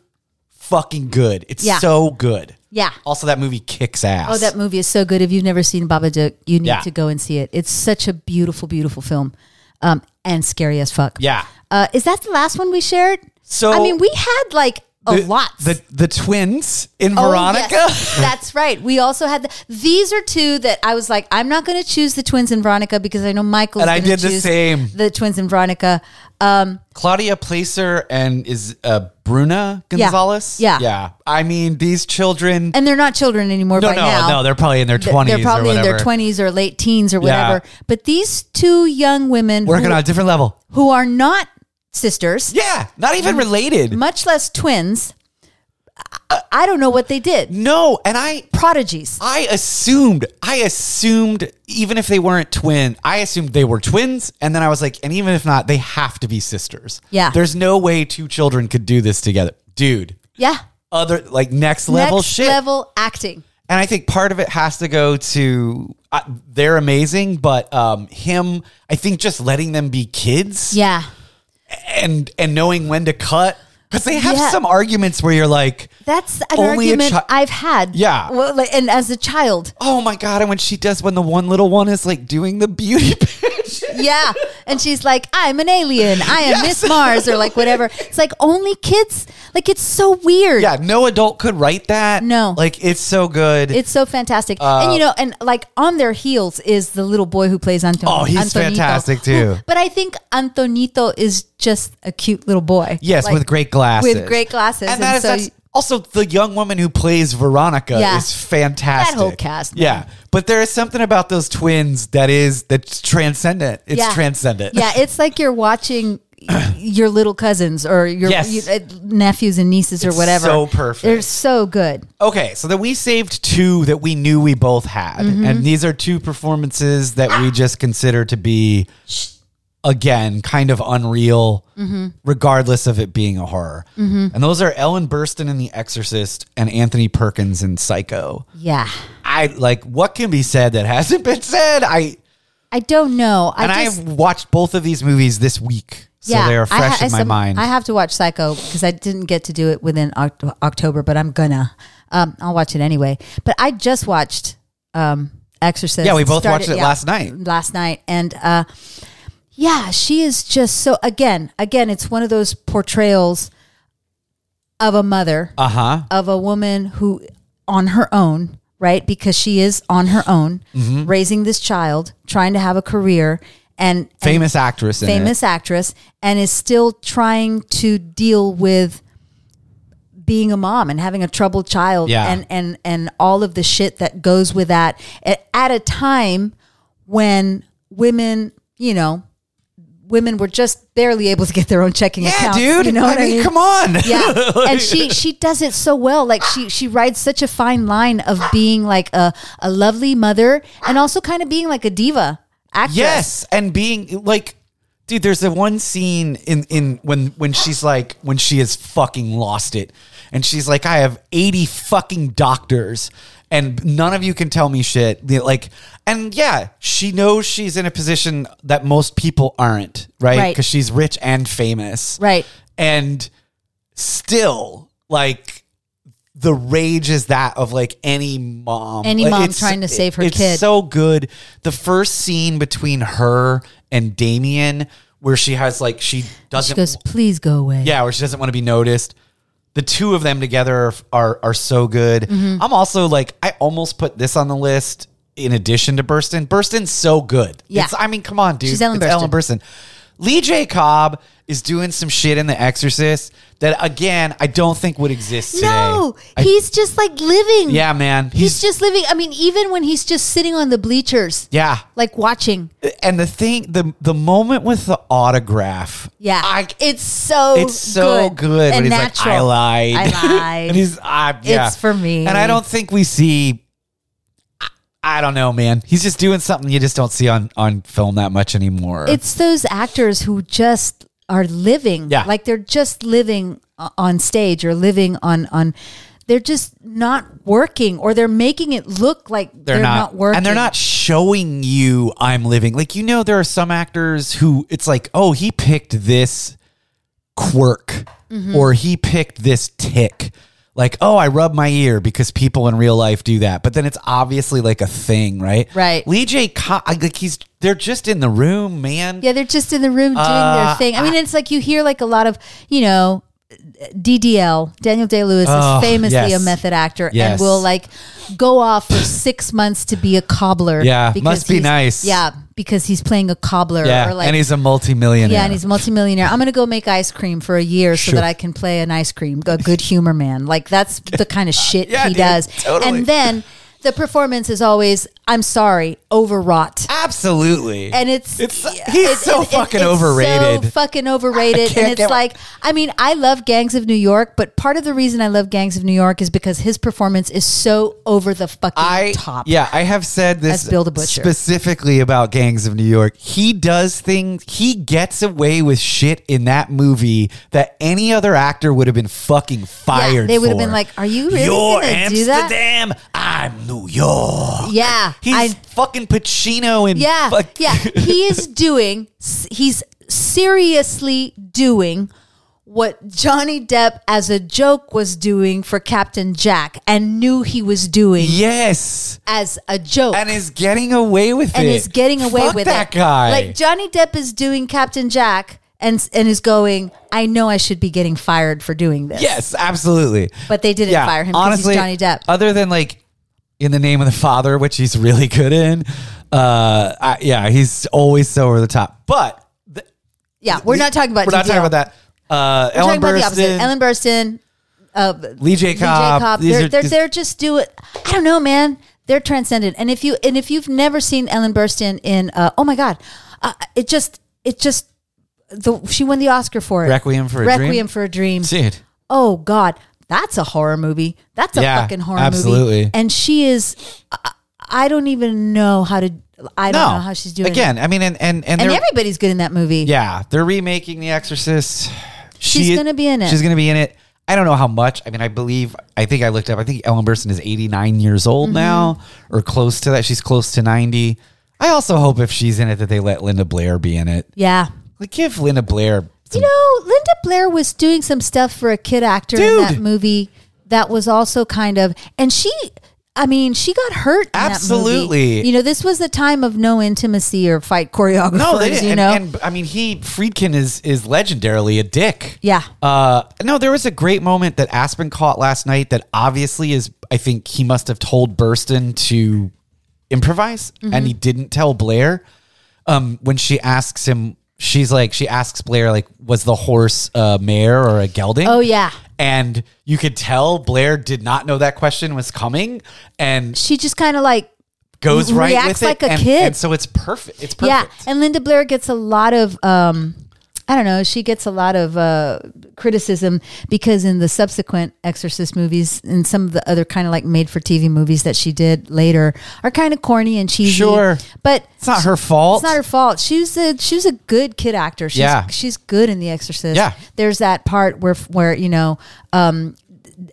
fucking good. It's Yeah. so good. Yeah. Also, that movie kicks ass. Oh, that movie is so good. If you've never seen Babadook, you need Yeah. to go and see it. It's such a beautiful, beautiful film, um, and scary as fuck. yeah. Uh, is that the last one we shared? So- I mean, we had like a lot. The the twins in Oh, Veronica. yes. That's right. We also had the, these are two that I was like, I'm not going to choose the twins in Veronica because I know Michael's And I gonna did the choose same. The twins in Veronica. Claudia Placer and is uh, Bruna Gonzalez. Yeah. Yeah. I mean, these children. and they're not children anymore no, by no, now. no. They're probably in their They're- twenties. They're probably or in whatever. their 20s or late teens or Yeah. whatever. But these two young women Working who, on a different level. who are not sisters, Yeah. Not even related. much less twins, I, I don't know what they did. no. And I Prodigies. I assumed, I assumed, even if they weren't twin, I assumed they were twins. And then I was like, and even if not, they have to be sisters. Yeah. There's no way two children could do this together. Dude, Yeah. other, like next level Next shit. level acting. And I think part of it has to go to, uh, they're amazing, but um, him, I think just letting them be kids Yeah. and, and knowing when to cut. Because they have Yeah. some arguments where you're like, That's an Only a argument chi- I've had. Yeah. Well, like, and as a child. oh my God. And when she does, when the one little one is like doing the beauty pageant. Yeah. and she's like, I'm an alien. I am Miss Mars or like whatever. It's like only kids. Like it's so weird. Yeah, no adult could write that. No. Like it's so good. It's so fantastic. Uh, and you know, and like on their heels is the little boy who plays Antonio. Oh, he's fantastic, too. But I think Antonito is just a cute little boy. yes, Like, with great glasses. With great glasses. And, that is that's also the young woman who plays Veronica Yeah. is fantastic. That whole cast, man. Yeah. But there is something about those twins that is that's transcendent. It's Yeah. transcendent. Yeah, it's like you're watching your little cousins or your Yes. you- uh, nephews and nieces or It's whatever. so perfect. They're so good. Okay, so then we saved two that we knew we both had. Mm-hmm. And these are two performances that we just consider to be, again, kind of unreal, Mm-hmm. regardless of it being a horror. And those are Ellen Burstyn in The Exorcist and Anthony Perkins in Psycho. Yeah. I like what can be said that hasn't been said. I I don't know. and I, I just have watched both of these movies this week, so yeah, they are I ha- fresh I in my some- mind. I have to watch Psycho because I didn't get to do it within Oct- October, but I'm gonna. Um, I'll watch it anyway. But I just watched um, Exorcist. Yeah, we both watched it last night. Last night, and uh, yeah, she is just so. Again, again, it's one of those portrayals of a mother. uh huh. of a woman who on her own right because she is on her own Mm-hmm. raising this child trying to have a career and, and Famous actress. In It. famous actress and is still trying to deal with being a mom and having a troubled child Yeah. and and and all of the shit that goes with that at, at a time when women you know women were just barely able to get their own checking Yeah, accounts dude. you know I, what mean, come on. yeah, and she she does it so well. Like she she rides such a fine line of being like a a lovely mother and also kind of being like a diva actress. Yes, and being like, dude, there's the one scene in in when when she's like when she has fucking lost it, and she's like, I have eighty fucking doctors, and none of you can tell me shit. You know, Like, and yeah, she knows she's in a position that most people aren't, right? Right. Because she's rich and famous, Right. And still, like. The rage is that of like any mom, Any Like, mom it's- trying to save her it's kid. so good. The first scene between her and Damien, where she has like she doesn't, She goes, please go away. yeah, where she doesn't want to be noticed. The two of them together are are, are so good. Mm-hmm. I'm also like I almost put this on the list in addition to Burston. Burston's so good. Yeah. It's, I mean, come on, dude. She's Ellen it's Ellen Burstyn. Lee J. Cobb is doing some shit in The Exorcist that again I don't think would exist today. No, I- he's just like living. yeah, man. he's, He's, just living. I mean, even when he's just sitting on the bleachers, yeah. like watching. and the thing the the moment with the autograph Yeah, I, it's so it's so good, and when he's natural. like i lied I lied. and he's I, yeah. It's for me. and i don't think we see I- I don't know, man. He's just doing something you just don't see on on film that much anymore. it's those actors who just are living Yeah. like they're just living o- on stage or living on on they're just not working or they're making it look like they're, not, working and they're not showing you I'm living. Like you know, there are some actors who it's like, oh, he picked this quirk Mm-hmm. or he picked this tick. Like, oh, I rub my ear because people in real life do that. But then it's obviously like a thing, right? Right. Lee J. Co- I- like he's they're just in the room, man. yeah they're just in the room doing their Uh, thing i mean it's like you hear like a lot of you know DDL Daniel Day Lewis Oh, is famously yes. a method actor Yes. and will like go off for six months to be a cobbler. Yeah, because must be he's- nice. Yeah, because he's playing a cobbler. Yeah, or like, and he's a multimillionaire. Yeah, and he's a multimillionaire. I'm going to go make ice cream for a year so Sure. that I can play an ice cream, a good humor man. Like that's the kind of shit Yeah, he dude, does. totally. And then the performance is always, I'm sorry, overwrought. absolutely. And it's, It's- yeah, he's so fucking overrated. So fucking I overrated. can't And it's get- like, I mean, I love Gangs of New York, but part of the reason I love Gangs of New York is because his performance is so over the fucking I top. yeah, I have said this As Bill the Butcher. specifically about Gangs of New York. He does things. He gets away with shit in that movie that any other actor would have been fucking fired. they would have for. been like, "Are you really You're gonna do that?" Amsterdam. I'm New York. Yeah, he's I- fucking Pacino and Yeah, fuck- yeah. He is doing. He's seriously doing what Johnny Depp as a joke was doing for Captain Jack and knew he was doing Yes. as a joke. And is getting away with and it. is getting away Fuck with that it. guy. Like Johnny Depp is doing Captain Jack and and is going, I know I should be getting fired for doing this. yes, absolutely. But they didn't fire him because he's honestly, uh, Johnny Depp. Other than like in the name of the father, which he's really good in. Uh, I, yeah, he's always so over the top. But th- yeah, we're not talking about we're not TDL. talking about that. Uh, We're Ellen talking about the Burstyn, opposite. Ellen Burstyn, Lee J. DJ Cobb. Cop. these They're, are- they're, these- they're just do it. I don't know, man. They're transcendent. And if you and if you've never seen Ellen Burstyn in, uh, oh my god, uh, it just it just the she won the Oscar for it. Requiem for a Dream? Requiem for a Dream. dude. Oh god, that's a horror movie. That's a Yeah, fucking horror movie. absolutely. And she is. I, I don't even know how to. I don't know how she's doing. it. Again, I mean, and and and, and they're- everybody's good in that movie. yeah, they're remaking The Exorcist. She's gonna be in it. She's gonna be in it. I don't know how much. I mean, I believe. I think I looked up. I think Ellen Burstyn is 89 years Mm-hmm. old now, or close to that. She's close to 90. I also hope if she's in it that they let Linda Blair be in it. yeah. Like, give Linda Blair. You Some, know, Linda Blair was doing some stuff for a kid actor in that Dude. movie that was also kind of, and she, I mean, she got hurt. in that movie. Absolutely. you know, this was the time of no intimacy or fight choreographers. no, they didn't. you And- know, and, I mean, he Friedkin is is legendarily a dick. Yeah. Uh, no, there was a great moment that Aspen caught last night. That obviously is. I think he must have told Burston to improvise, Mm-hmm. and he didn't tell Blair. Um, when she asks him, she's like, she asks Blair, like, was the horse a mare or a gelding? oh yeah, And you could tell Blair did not know that question was coming, and she just kind of like goes right Reacts with it. like a and, kid. and so it's perfect. It's perfect. Yeah, and Linda Blair gets a lot of um, I don't know, she gets a lot of uh, criticism because in the subsequent Exorcist movies and some of the other kind of like made for TV movies that she did later are kind of corny and cheesy. Sure. but It's not her fault. it's not her fault. She was a she was a good kid actor. She's, Yeah. she's good in The Exorcist. Yeah. there's that part where where you know. Um,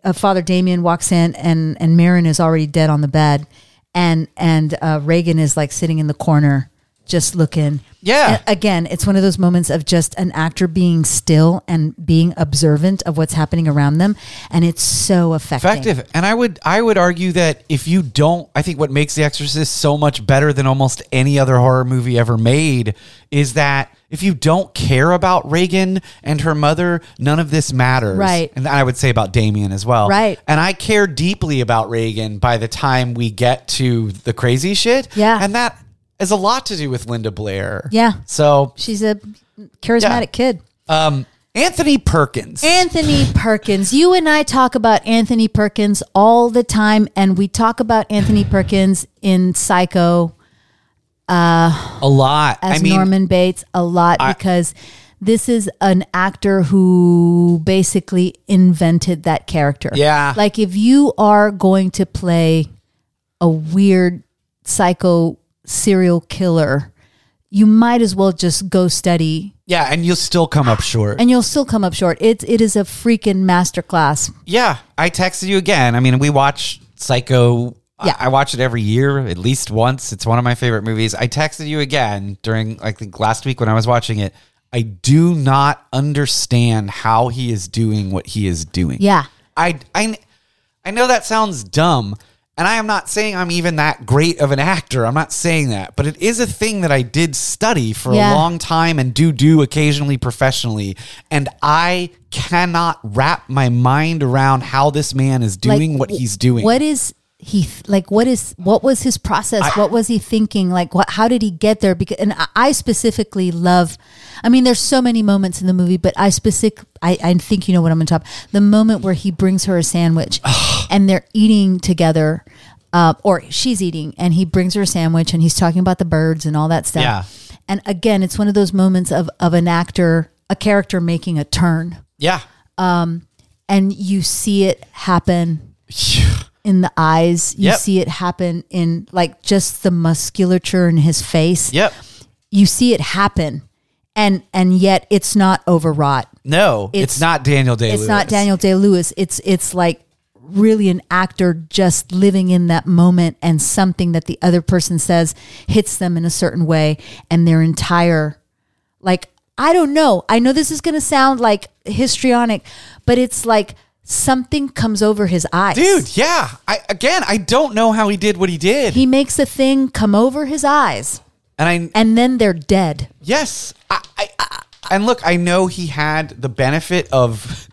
uh, Father Damien walks in and and Marin is already dead on the bed, and and uh, Reagan is like sitting in the corner just looking. Yeah. And again, it's one of those moments of just an actor being still and being observant of what's happening around them, and it's so affecting. effective and i would i would argue that if you don't i think what makes the exorcist so much better than almost any other horror movie ever made is that if you don't care about reagan and her mother none of this matters Right. and i would say about damien as well Right. and i care deeply about reagan by the time we get to the crazy shit Yeah. and that is a lot to do with linda blair Yeah. so She's a charismatic Yeah. kid. um anthony perkins Anthony Perkins. You and I talk about Anthony Perkins all the time, and we talk about Anthony Perkins in Psycho a lot as i mean Norman Bates a lot because this is an actor who basically invented that character. Yeah. Like if you are going to play a weird psycho serial killer, you might as well just go study yeah and you'll still come up short and you'll still come up short. It's it is a freaking masterclass. Yeah, I texted you again. I mean, we watch Psycho. Yeah. I, I watch it every year at least once. It's one of my favorite movies. I texted you again during I think last week when I was watching it. I do not understand how he is doing what he is doing. Yeah. I I I know that sounds dumb, and I am not saying I'm even that great of an actor. I'm not saying that, but it is a thing that I did study for Yeah. a long time and do do occasionally professionally, and I cannot wrap my mind around how this man is doing what he's doing. What is he th- like? What is what was his process? what was he thinking? Like, what? How did he get there? Because and I- I specifically love. I mean, there's so many moments in the movie, but I specific. I, I think you know what I'm going to talk. The moment where he brings her a sandwich, and they're eating together. Uh, or she's eating and he brings her a sandwich and he's talking about the birds and all that stuff. Yeah. And again, it's one of those moments of, of an actor, a character making a turn yeah, and you see it happen in the eyes. You Yep. see it happen in like just the musculature in his face. yep. You see it happen. And and yet it's not overwrought. No, it's, It's- not Daniel Day. It's not Daniel Day Lewis. It's it's like really an actor just living in that moment and something that the other person says hits them in a certain way and their entire like I don't know. I know this is going to sound like histrionic, but it's like something comes over his eyes. Dude, yeah. I again, I don't know how he did what he did. He makes a thing come over his eyes and I and then they're dead. yes, I, I, I and look, I know he had the benefit of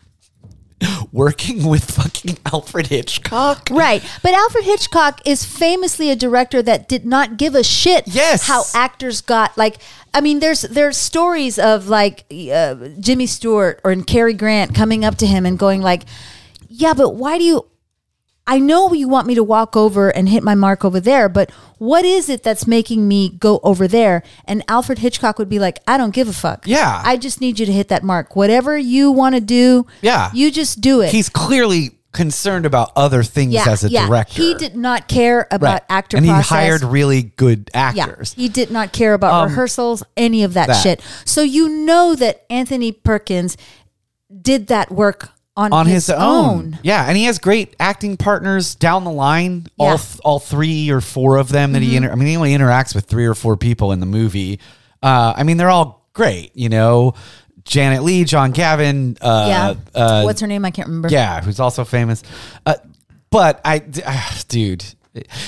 working with fucking Alfred Hitchcock. Right. But Alfred Hitchcock is famously a director that did not give a shit Yes. how actors got like I mean there's there's stories of like uh, Jimmy Stewart or and Cary Grant coming up to him and going like yeah but why do you I know you want me to walk over and hit my mark over there but what is it that's making me go over there and Alfred Hitchcock would be like I don't give a fuck. Yeah. I just need you to hit that mark. Whatever you want to do, Yeah. you just do it He's clearly concerned about other things as a director. he did not care about Right. actor and process. he hired really good yeah, actors. he did not care about rehearsals, any of that, that. shit. So you know that Anthony Perkins did that work on, on his, own. Yeah, and he has great acting partners down the line. Yeah. Mm-hmm. All th- all three or four of them that he inter- I mean he only interacts with three or four people in the movie. Uh, I mean they're all great, you know. Janet Lee, John Gavin, uh, Yeah. uh, What's her name? I can't remember. yeah, who's also famous. Uh, but I, d- ah, dude,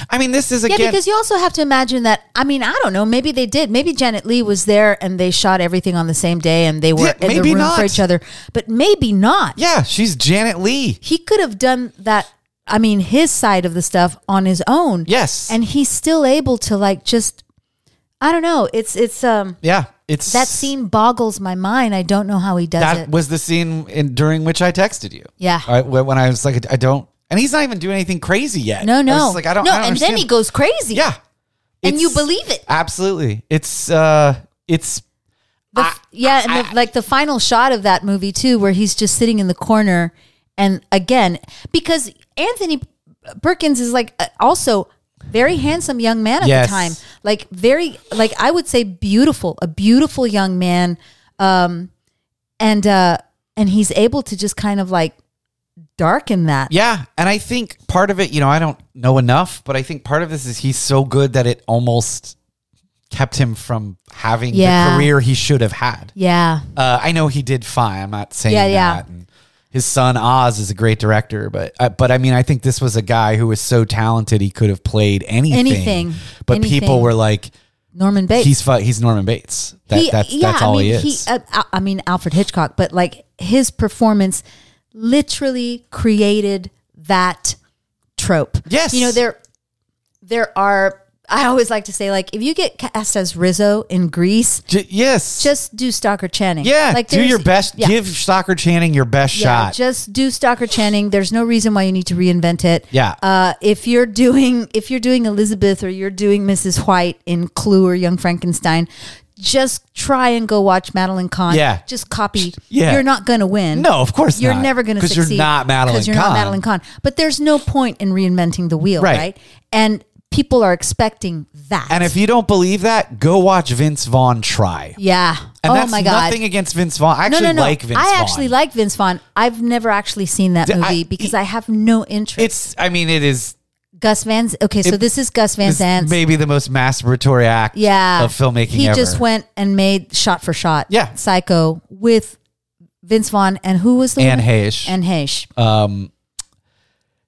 I mean this is Yeah, again. because you also have to imagine that. I mean, I don't know. Maybe they did. Maybe Janet Lee was there and they shot everything on the same day and they were Yeah, in the maybe room not. for each other. But maybe not. yeah, she's Janet Lee. He could have done that. I mean, his side of the stuff on his own. Yes, and he's still able to like just i don't know it's it's um yeah, it's that scene boggles my mind i don't know how he does that it was the scene in, during which I texted you. Yeah. I, wh- when I was like, I don't, and he's not even doing anything crazy yet. I no was no just like I don't. no I don't and understand. then he goes crazy Yeah. and you It's- believe it Absolutely. It's uh. It's The f- yeah and the, like the final shot of that movie too where he's just sitting in the corner and again because anthony perkins is like uh, also very handsome young man at Yes. the time like very like i would say beautiful a beautiful young man um and uh and he's able to just kind of like darken that yeah, and I think part of it, you know, I don't know enough, but I think part of this is he's so good that it almost kept him from having Yeah. the career he should have had. yeah Uh, I know he did fine. I'm not saying Yeah, that. yeah. And his son Oz is a great director, but uh, but I mean, I think this was a guy who was so talented he could have played anything. Anything. But people Anything. were like, norman bates he's fu- he's Norman Bates. That, He- that's yeah, that's I all mean, he is. uh, Al- I mean, Alfred Hitchcock, but like his performance literally created that trope. Yes. you know there there are. I always like to say, like, if you get cast as Rizzo in Greece, J- yes. just do Stalker Channing. yeah. like do there's- your best. yeah. Give Stalker Channing your best Yeah, shot. just do Stalker Channing. There's no reason why you need to reinvent it. Yeah. Uh, if you're doing if you're doing Elizabeth or you're doing Mrs. White in Clue or Young Frankenstein, just try and go watch Madeline Kahn. Yeah. Just copy. Yeah. You're not gonna win. no, of course You're not. never going to because succeed you're not Madeline. because you're not Kahn. Madeline Kahn. But there's no point in reinventing the wheel, right? Right. And people are expecting that. And if you don't believe that, go watch Vince Vaughn try. yeah, And oh that's my god, nothing against Vince Vaughn. I no, actually no, no. like Vince I Vaughn. actually like Vince Vaughn. I've never actually seen that I- movie because I have no interest. It's. I mean, it is Gus Van. Okay, so this is Gus Van It's Zant's. maybe the most masturbatory act yeah, of filmmaking He ever. just went and made shot for shot. Yeah. Psycho with Vince Vaughn and who was the Anne woman? Heche. Anne Heche. um,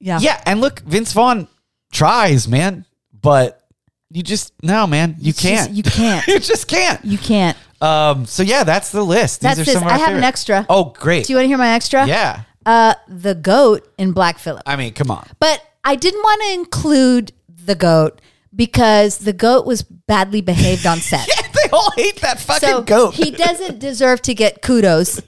Yeah. yeah, and look, Vince Vaughn tries, man, but you just no, man, you It's just- can't. you can't. you just can't. You can't. Um, so yeah, that's the list. These That's are this. some of I our have an favorite. extra. Oh, great. Do you want to hear my extra? yeah. Uh, the goat in Black Phillip. I mean, come on. But I didn't want to include the goat because the goat was badly behaved on set. they all hate that fucking so goat. he doesn't deserve to get kudos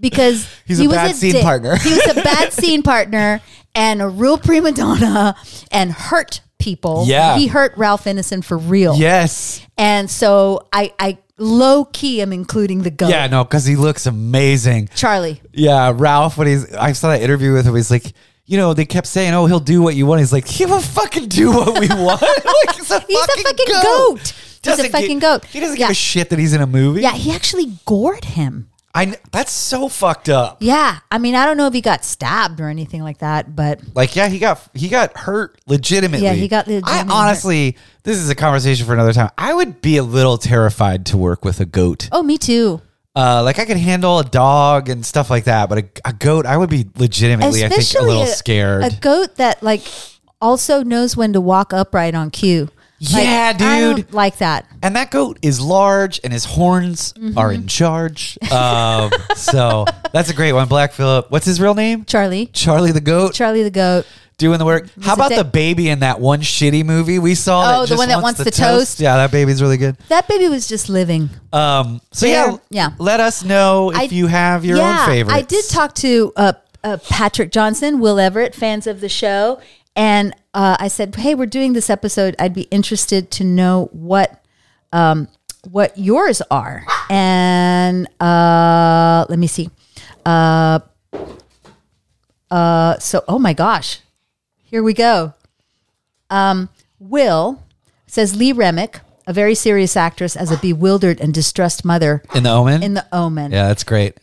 because He's he a was bad a scene dick. partner. he was a bad scene partner and a real prima donna and hurt people. Yeah. he hurt Ralph Ineson for real. yes. and so I, I low key am including the goat. Yeah, no, because he looks amazing. Charlie. Yeah, Ralph. When he's, I saw that interview with him. He's like, you know, they kept saying, "Oh, he'll do what you want." He's like, "He will fucking do what we want." like, he's a He's a fucking fucking goat. goat. He's a Doesn't gi- fucking goat. He doesn't Yeah. give a shit that he's in a movie. Yeah, he actually gored him. I. kn- That's so fucked up. Yeah, I mean, I don't know if he got stabbed or anything like that, but Like, yeah, he got he got hurt legitimately. Yeah, he got legitimately I honestly, this is a conversation for another time. I would be a little terrified to work with a goat. oh, me too. Uh, like I could handle a dog and stuff like that, but a, a goat, I would be legitimately, I think, a little scared. A goat that like also knows when to walk upright on cue. Like, Yeah, I don't dude. like that. and that goat is large, and his horns are Mm-hmm. in charge. Um, so that's a great one, Black Phillip. What's his real name? Charlie, Charlie the goat Charlie the goat. doing the work. How about dick. the baby in that one shitty movie we saw? Oh, the just one that wants the toast? Yeah, that baby's really good. That baby was just living. Um, so Fair. yeah, Yeah. Let us know if I- you have your own favorites. I did talk to uh, uh, Patrick Johnson, Will Everett, fans of the show, and uh, I said, "Hey, we're doing this episode. I'd be interested to know what." Um, what yours are and uh let me see uh uh so oh my gosh here we go Um, will says lee remick a very serious actress as a bewildered and distressed mother in the Omen. in the omen yeah, that's great.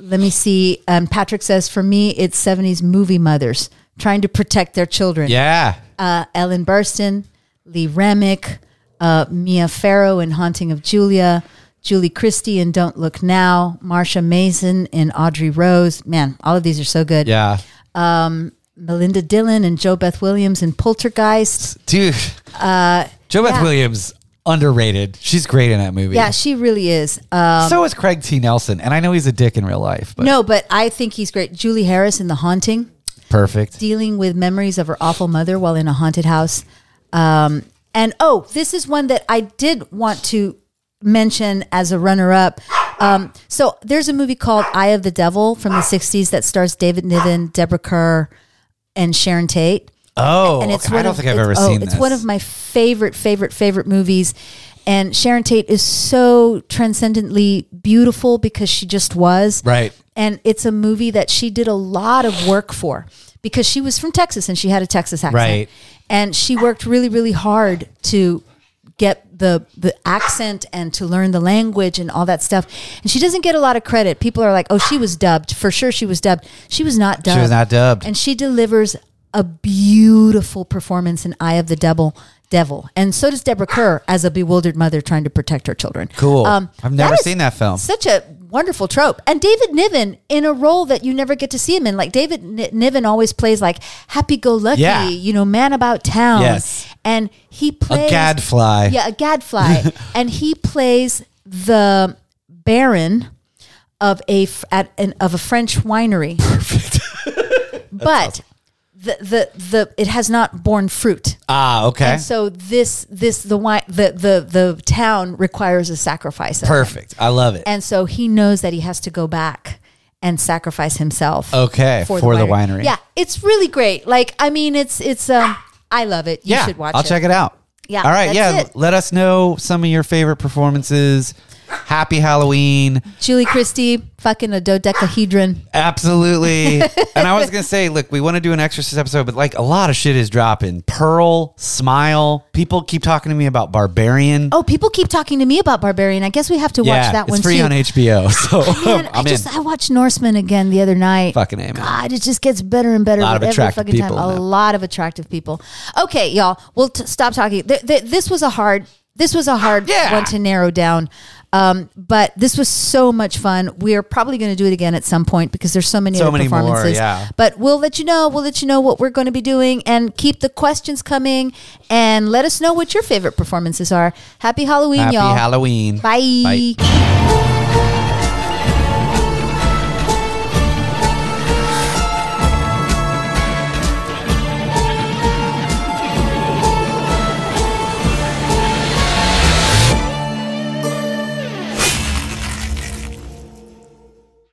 Let me see. Um, Patrick says, for me, it's 70s movie mothers trying to protect their children. Yeah, Uh, Ellen Burstyn, Lee Remick, uh, Mia Farrow in Haunting of Julia, Julie Christie in Don't Look Now, Marsha Mason in Audrey Rose. Man, all of these are so good. yeah, Melinda Dillon and Joe Beth Williams in Poltergeist. dude. Jo Beth Uh, yeah. Williams underrated. She's great in that movie. Yeah, she really is. Uh, so is Craig T. Nelson, and I know he's a dick in real life, but no, but I think he's great. Julie Harris in The Haunting. perfect. dealing with memories of her awful mother while in a haunted house. Um, and oh, this is one that I did want to mention as a runner up. Um, so there's a movie called Eye of the Devil from the 60s that stars David Niven, Deborah Kerr, and Sharon Tate. Oh, And it's okay. one I don't of, think I've it's- ever oh, seen It's this. one of my favorite, favorite, favorite movies. And Sharon Tate is so transcendently beautiful because she just was. Right. And it's a movie that she did a lot of work for because she was from Texas and she had a Texas accent. Right. And she worked really, really hard to get the the accent and to learn the language and all that stuff. And she doesn't get a lot of credit. People are like, "Oh, she was dubbed. For sure she was dubbed." She was not dubbed. She was not dubbed. And she delivers a beautiful performance in Eye of the Devil. Devil, and so does Deborah Kerr as a bewildered mother trying to protect her children. Um, Cool. I've never is seen that film. Such a wonderful trope. And David Niven in a role that you never get to see him in. Like David N- Niven always plays like happy-go-lucky, Yeah. you know, man about town. Yes. and he plays a gadfly. yeah, a gadfly, and he plays the baron of a f- at an, of a French winery. but the, the the it has not borne fruit, Ah, okay. and so this this the wine the the the town requires a sacrifice, of it. Perfect. I love it. and so he knows that he has to go back and sacrifice himself. Okay, Oh, for the winery. Yeah, it's really great. Like I mean, it's it's um. I love it. You yeah, should watch I'll it. check it out. Yeah, All right. that's Yeah. it. Let us know some of your favorite performances. Happy Halloween. Julie Christie, fucking a dodecahedron. Absolutely. and I was going to say, look, we want to do an Exorcist episode, but like a lot of shit is dropping. Pearl, Smile. People keep talking to me about Barbarian. Oh, people keep talking to me about Barbarian. I guess we have to watch that it's one free too. on HBO. So Man, i I'm just in. I watched Norseman again the other night. Fucking A, man. God, it just gets better and better Lot of with every attractive fucking time. people A now. lot of attractive people. Okay, y'all, we'll t- stop talking. Th- th- this was a hard. This was a hard Yeah. one to narrow down. Um, but this was so much fun. We are probably going to do it again at some point because there's so many So other many more, performances. yeah. But we'll let you know. We'll let you know what we're going to be doing and keep the questions coming and let us know what your favorite performances are. Happy Halloween, Happy y'all. Halloween. Bye. Bye.